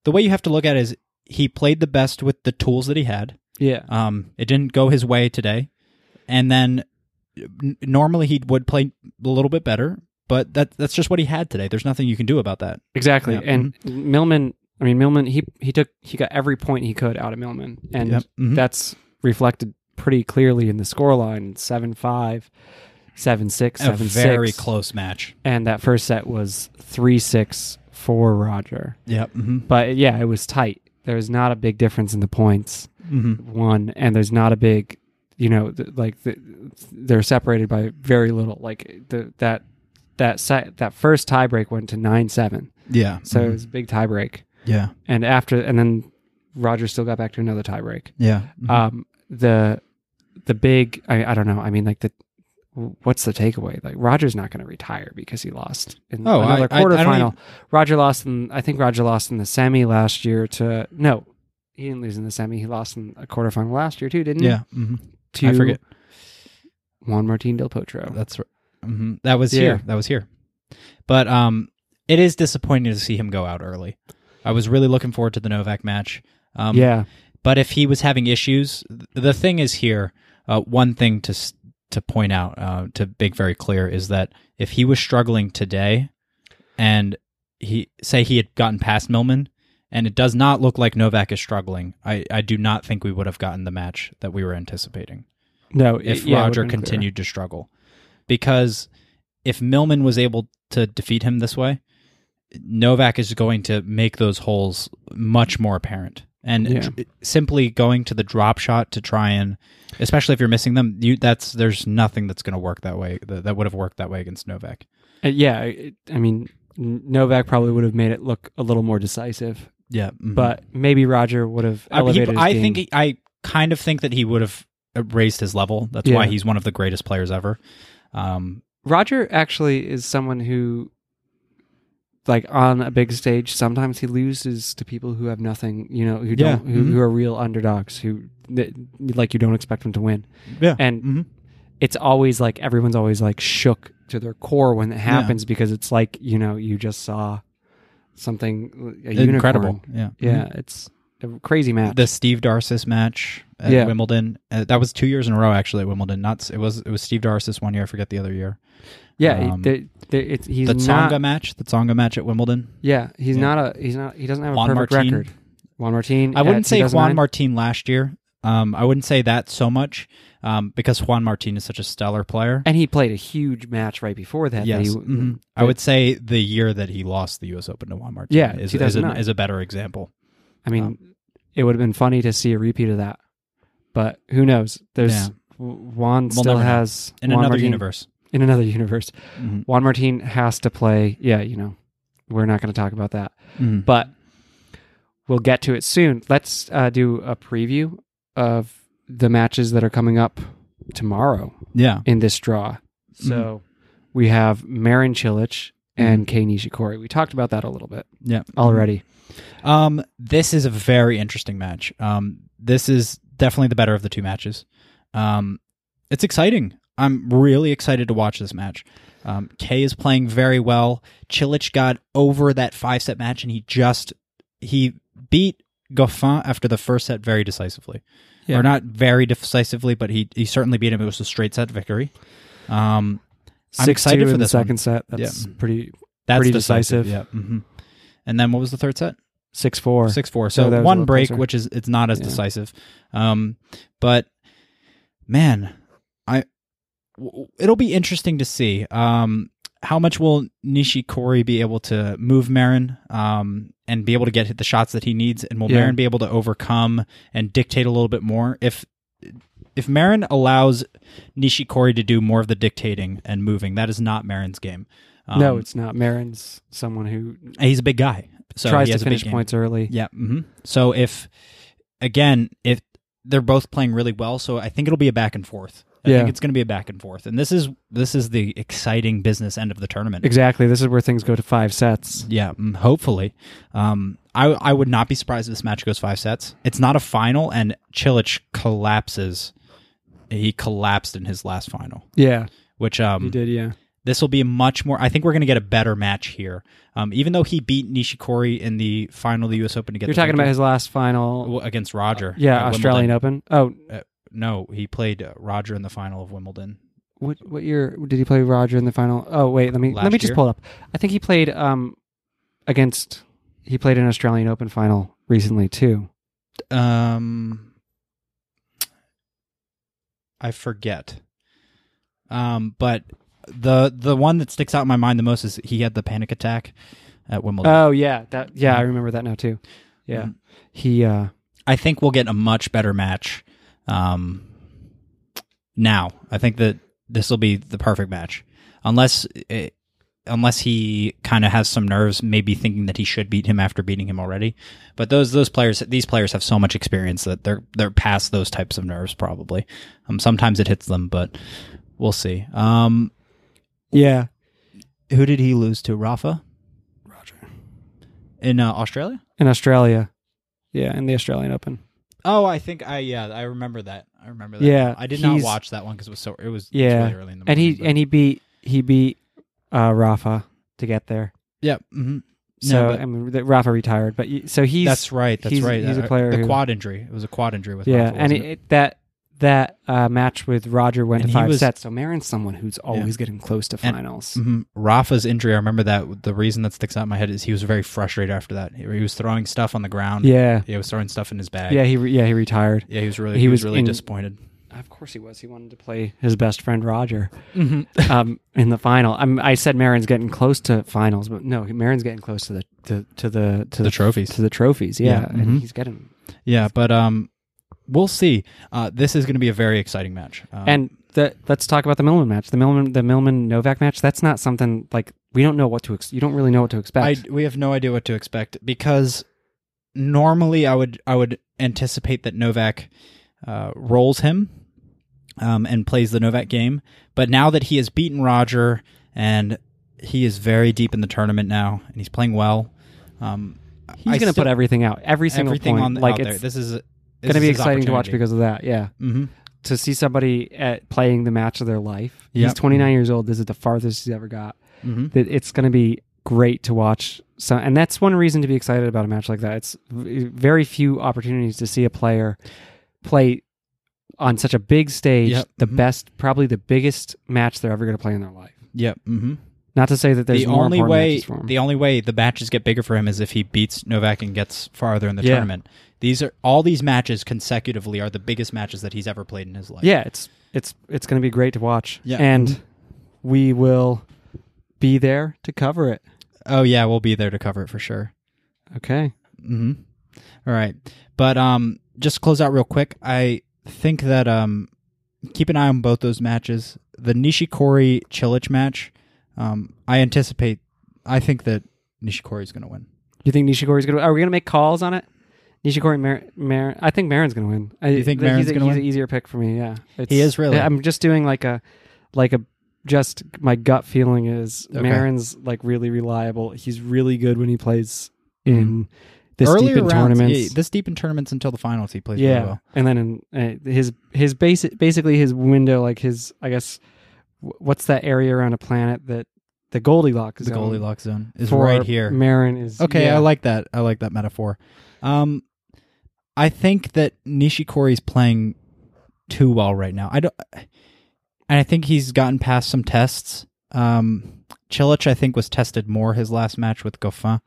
the way you have to look at it is he played the best with the tools that he had.
Yeah.
Um, it didn't go his way today, and then n- normally he would play a little bit better, but that that's just what he had today. There's nothing you can do about that.
Exactly.
Yep.
And Millman, I mean Millman, he he took he got every point he could out of Millman, and
Yep. Mhm.
that's reflected pretty clearly in the scoreline: seven five, seven six,
a
seven six.
very close match.
And that first set was three six for Roger.
Yep. hmm
But yeah, it was tight. There was not a big difference in the points
hmm
won, and there's not a big, you know, th- like th they're separated by very little. Like the, that that set that first tiebreak went to nine seven,
Yeah. Mm-hmm.
so it
Mhm.
was a big tiebreak
yeah.
and after and then Rogers still got back to another tiebreak.
Yeah. Mhm.
Um, the the big I, I don't know. I mean, like the what's the takeaway? Like Rogers not going to retire because he lost in
Oh, I-
another
I- I don't
quarterfinal.
even-
Roger lost in I think Roger lost in the semi last year to no. He didn't lose in the semi. He lost in a quarterfinal last year too, didn't
yeah. hmm
he?
I
To
forget.
Juan Martín del Potro.
That's right. hmm That was
Yeah.
here. That was here. But um, it is disappointing to see him go out early. I was really looking forward to the Novak match. Um,
yeah,
But if he was having issues, th- the thing is here. Uh, one thing to s- to point out uh, to make very clear is that if he was struggling today, and he say he had gotten past Millman, and it does not look like Novak is struggling, I, I do not think we would have gotten the match that we were anticipating
no.
if
it- yeah, it
Roger
would've been clear.
continued to struggle. Because if Millman was able to defeat him this way, Novak is going to make those holes much more apparent. And
Yeah.
d- simply going to the drop shot to try and, especially if you're missing them, you that's there's nothing that's going to work that way. That, that would have worked that way against Novak.
Uh, yeah, it- I mean N- Novak probably would have made it look a little more decisive
Yeah,
but maybe Roger would have
Mm-hmm. I, uh, he-
mm-hmm. elevated. his
I
game.
think he- I kind of think that he would have raised his level. That's why
Yeah.
he's one of the greatest players ever. Um,
Roger actually is someone who, like on a big stage, sometimes he loses to people who have nothing, you know, who
Yeah.
don't, who,
Mhm.
who are real underdogs, who that- like you don't expect them to win,
yeah,
and
Mhm.
it's always like everyone's always like shook to their core when it happens because it's like you know you just saw something a
incredible.
unicorn.
Yeah,
Yeah, it's a crazy match.
the Steve Darcis match at
Yeah.
Wimbledon. Uh, that was two years in a row, actually, at Wimbledon. Not s- it was it was Steve Darcis one year. I forget the other year.
yeah,
um,
they- they- it's, he's
the
not.
Tsonga match, the Tsonga match at Wimbledon.
Yeah, he's
Yeah.
not a he's not he doesn't have a
Juan
perfect
Martin.
record. Juan Martin.
I wouldn't
at
say Juan
2009.
Martin last year. Um, I wouldn't say that so much um, because Juan Martin is such a stellar player.
and he played a huge match right before that. that
Yes,
he- mm-hmm.
mhm. I would say the year that he lost the U.S. Open to Juan Martin
Yeah,
is, is, an,
2009.
is a better example.
I mean, it would have been funny to see a repeat of that, but who knows? There's
Yeah.
Juan
We'll
still
never know.
has
In
Juan
another
Martin-
universe,
In another universe,
Mhm.
Juan Martin has to play. Yeah, you know, we're not going to talk about that,
Mhm.
but we'll get to it soon. Let's uh, do a preview of the matches that are coming up tomorrow
yeah,
in this draw. So
Mm-hmm.
we have Marin Cilic and Kei Nishikori. We talked about that a little bit
yeah.
already.
Um, this is a very interesting match. Um, this is definitely the better of the two matches. Um, it's exciting. I'm really excited to watch this match. Um, Kay is playing very well. Chilich got over that five set match, and he just he beat Goffin after the first set very decisively,
Yeah.
or not very decisively, but he he certainly beat him. It was a straight set victory. Um, I'm
6-2
excited
in
for
the
this one.
second set. That's pretty
that's
Pretty
decisive.
decisive.
Yeah. hmm And then what was the third set?
six four.
six four.
So
So
that was a
one
little
break,
closer.
which is it's not as
Yeah.
decisive. Um, but man, I w- it'll be interesting to see. Um, how much will Nishikori be able to move Marin um, and be able to get the shots that he needs, and will
Yeah.
Marin be able to overcome and dictate a little bit more if if Marin allows Nishikori to do more of the dictating and moving, that is not Marin's game. Um,
no, it's not. Marin's someone who
he's a big guy, so
tries
he
to
has a big
finish
game.
points early.
Yeah. hmm So if again, if they're both playing really well, so I think it'll be a back and forth. I
Yeah.
think it's going to be a back and forth, and this is this is the exciting business end of the tournament.
Exactly. This is where things go to five sets.
yeah, mm, hopefully. Um, I I would not be surprised if this match goes five sets. It's not a final, and Chilich collapses. He collapsed in his last final,
Yeah,
which
he
um
did. Yeah,
This will be a much more. I think we're going to get a better match here. Um, even though he beat Nishikori in the final of the U.S. Open to get
You're
the
talking about his last final.
about against Roger.
Yeah,
at
Australian
Wimbledon.
Open. Oh,
No, he played uh, Roger in the final of Wimbledon.
what what year did he play Roger in the final? Oh, wait, let me let
Last
me just
year?
pull it up. I think he played um against he played an Australian Open final recently too.
Um, I forget. Um, but the the one that sticks out in my mind the most is he had the panic attack at Wimbledon.
Oh yeah, that yeah,
Mm-hmm.
I remember that now too. Yeah.
Mm.
He uh
I think we'll get a much better match. Um, now I think that this will be the perfect match, unless it, unless he kind of has some nerves, maybe thinking that he should beat him after beating him already. But those those players, these players have so much experience that they're they're past those types of nerves probably. Um, sometimes it hits them, but we'll see. Um,
yeah,
who did he lose to? Rafa
Roger.
in uh, Australia.
In Australia. Yeah, in the Australian Open.
Oh, I think I yeah I remember that. I remember
that. Yeah, I did not he's- watch
that one because it was so it was,
was Yeah. really
early in the
And he and he beat he beat uh Rafa to get there.
Yeah. Mm-hmm.
So
but
I mean that Rafa retired, but y- so he's
that's right. That's
he's-
right.
he's a
Uh,
player
The
who-
quad injury. It was a quad injury with
yeah,
Rafa,
and it,
wasn't
it- that that uh, match with Roger went
And
to
he
five
was-
sets. So Marin's someone who's always getting close to
And-
finals.
Mhm. Rafa's injury. I remember that. The reason that sticks out in my head is he was very frustrated after that. He, he was throwing stuff on the ground.
yeah,
he was throwing stuff in his bag.
yeah, he re- yeah he retired.
yeah. He was really.
He
He, was,
was
really
in-
disappointed.
Of course he was. He wanted to play his best friend Roger
Mm-hmm.
um, in the final. I'm, I said Marin's getting close to finals, but no, Marin's getting close to the to, to the to
The trophies.
to the trophies. Yeah, mm-hmm.
Yeah, mhm.
and he's getting
Yeah, but um, we'll see. Uh, this is going to be a very exciting match. Um,
and. The, let's talk about the Millman match. The Millman, the Millman Novak match. That's not something like we don't know what to. Ex- you don't really know what to expect.
I we have no idea what to expect because normally I would I would anticipate that Novak uh, rolls him um, and plays the Novak game, but now that he has beaten Roger and he is very deep in the tournament now and he's playing well, um,
He's going to put everything out, every single
everything
point.
on the,
like
out
it's
there. This is going
going to be exciting to watch because of that. Yeah,
hmm
to see somebody at playing the match of their life. He's
Yep.
29 years old. This is the farthest he's ever got.
hmm
That it's going to be great to watch. So, and that's one reason to be excited about a match like that. It's v- very few opportunities to see a player play on such a big stage.
Yep.
The
Mhm.
best, probably the biggest match they're ever going to play in their life.
Yep. hmm
Not to say that there's
the
more
only
important
way
matches for him.
the only way the matches get bigger for him is if he beats Novak and gets farther in the
Yeah.
tournament. These are all these matches consecutively are the biggest matches that he's ever played in his life.
yeah, it's it's it's going to be great to watch.
Yeah. Mm-hmm.
and we will be there to cover it.
Oh yeah, we'll be there to cover it for sure.
Okay.
hmm All right, but um, just to close out real quick. I think that um, keep an eye on both those matches. The Nishikori Chilich match. Um, I anticipate. I think that Nishikori is going to win.
You think Nishikori's gonna? Are we gonna make calls on it? Nishikori, Mar- Mar- I think Marin's gonna win. I,
You think
th-
Marin's
he's a-
gonna
he's
win?
an easier pick for me. Yeah, It's-
He is really.
I'm just doing like a, like a, just my gut feeling is
Okay.
Marin's like really reliable. He's really good when he plays in this
Mm-hmm. Earlier
deep in
rounds,
tournaments.
yeah, this deep in tournaments until the finals, he plays really
yeah,
well.
and then in, uh, his his basic basically his window, like his I guess, wh- what's that area around a planet that the Goldilocks
the
zone
Goldilocks zone is
for
right here.
Marin is
okay,
yeah.
I like that. I like that metaphor. Um, I think that Nishikori's playing too well right now. I don't, and I think he's gotten past some tests. Um, Chilich, I think, was tested more his last match with Goffin.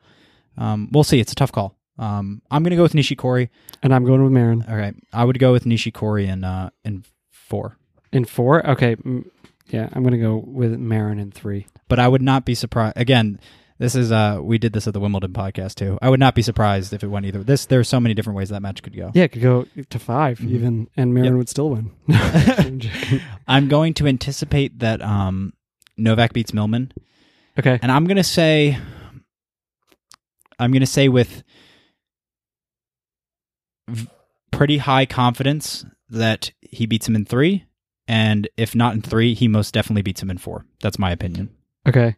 Um, we'll see. It's a tough call. Um, I'm gonna go with Nishikori.
and I'm going with Marin.
All right, I would go with Nishikori in uh in four,
In four? Okay. mm, Yeah, I'm going to go with Marin in three.
but I would not be surprised. Again, this is uh we did this at the Wimbledon podcast too. I would not be surprised if it went either. This there's so many different ways that match could go.
Yeah, it could go to 5
Mhm.
even, and Marin
Yep.
would still win. I'm joking.
I'm going to anticipate that um, Novak beats Millman,
okay.
and I'm going to say, I'm going to say with v- pretty high confidence that he beats him in three, and if not in three, he most definitely beats him in four. That's my opinion.
Okay.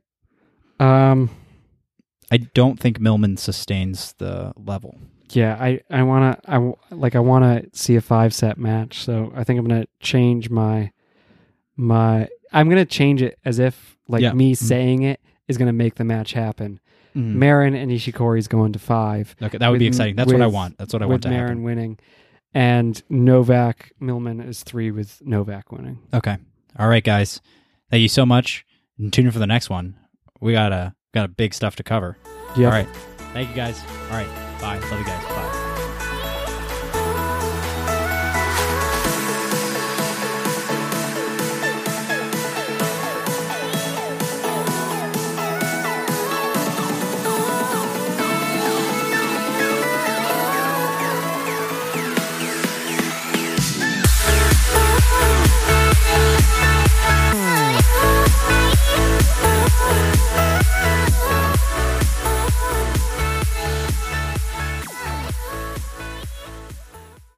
Um.
I don't think Millman sustains the level.
Yeah, I, I want to I w- like I want to see a five set match. So I think I'm going to change my my I'm gonna change it as if like
Yeah.
me
Mm.
saying it is gonna make the match happen.
Mm.
Marin and Ishikori's going to five
okay, that would be
with-
exciting. That's what I
with-
want. That's what I want
with
to
Marin
happen.
winning, and Novak Milman is three with Novak winning.
Okay. All right, guys. Thank you so much. And tune in for the next one. We got a got a big stuff to cover.
Yep.
All right. Thank you guys. All right. Bye. Love you guys.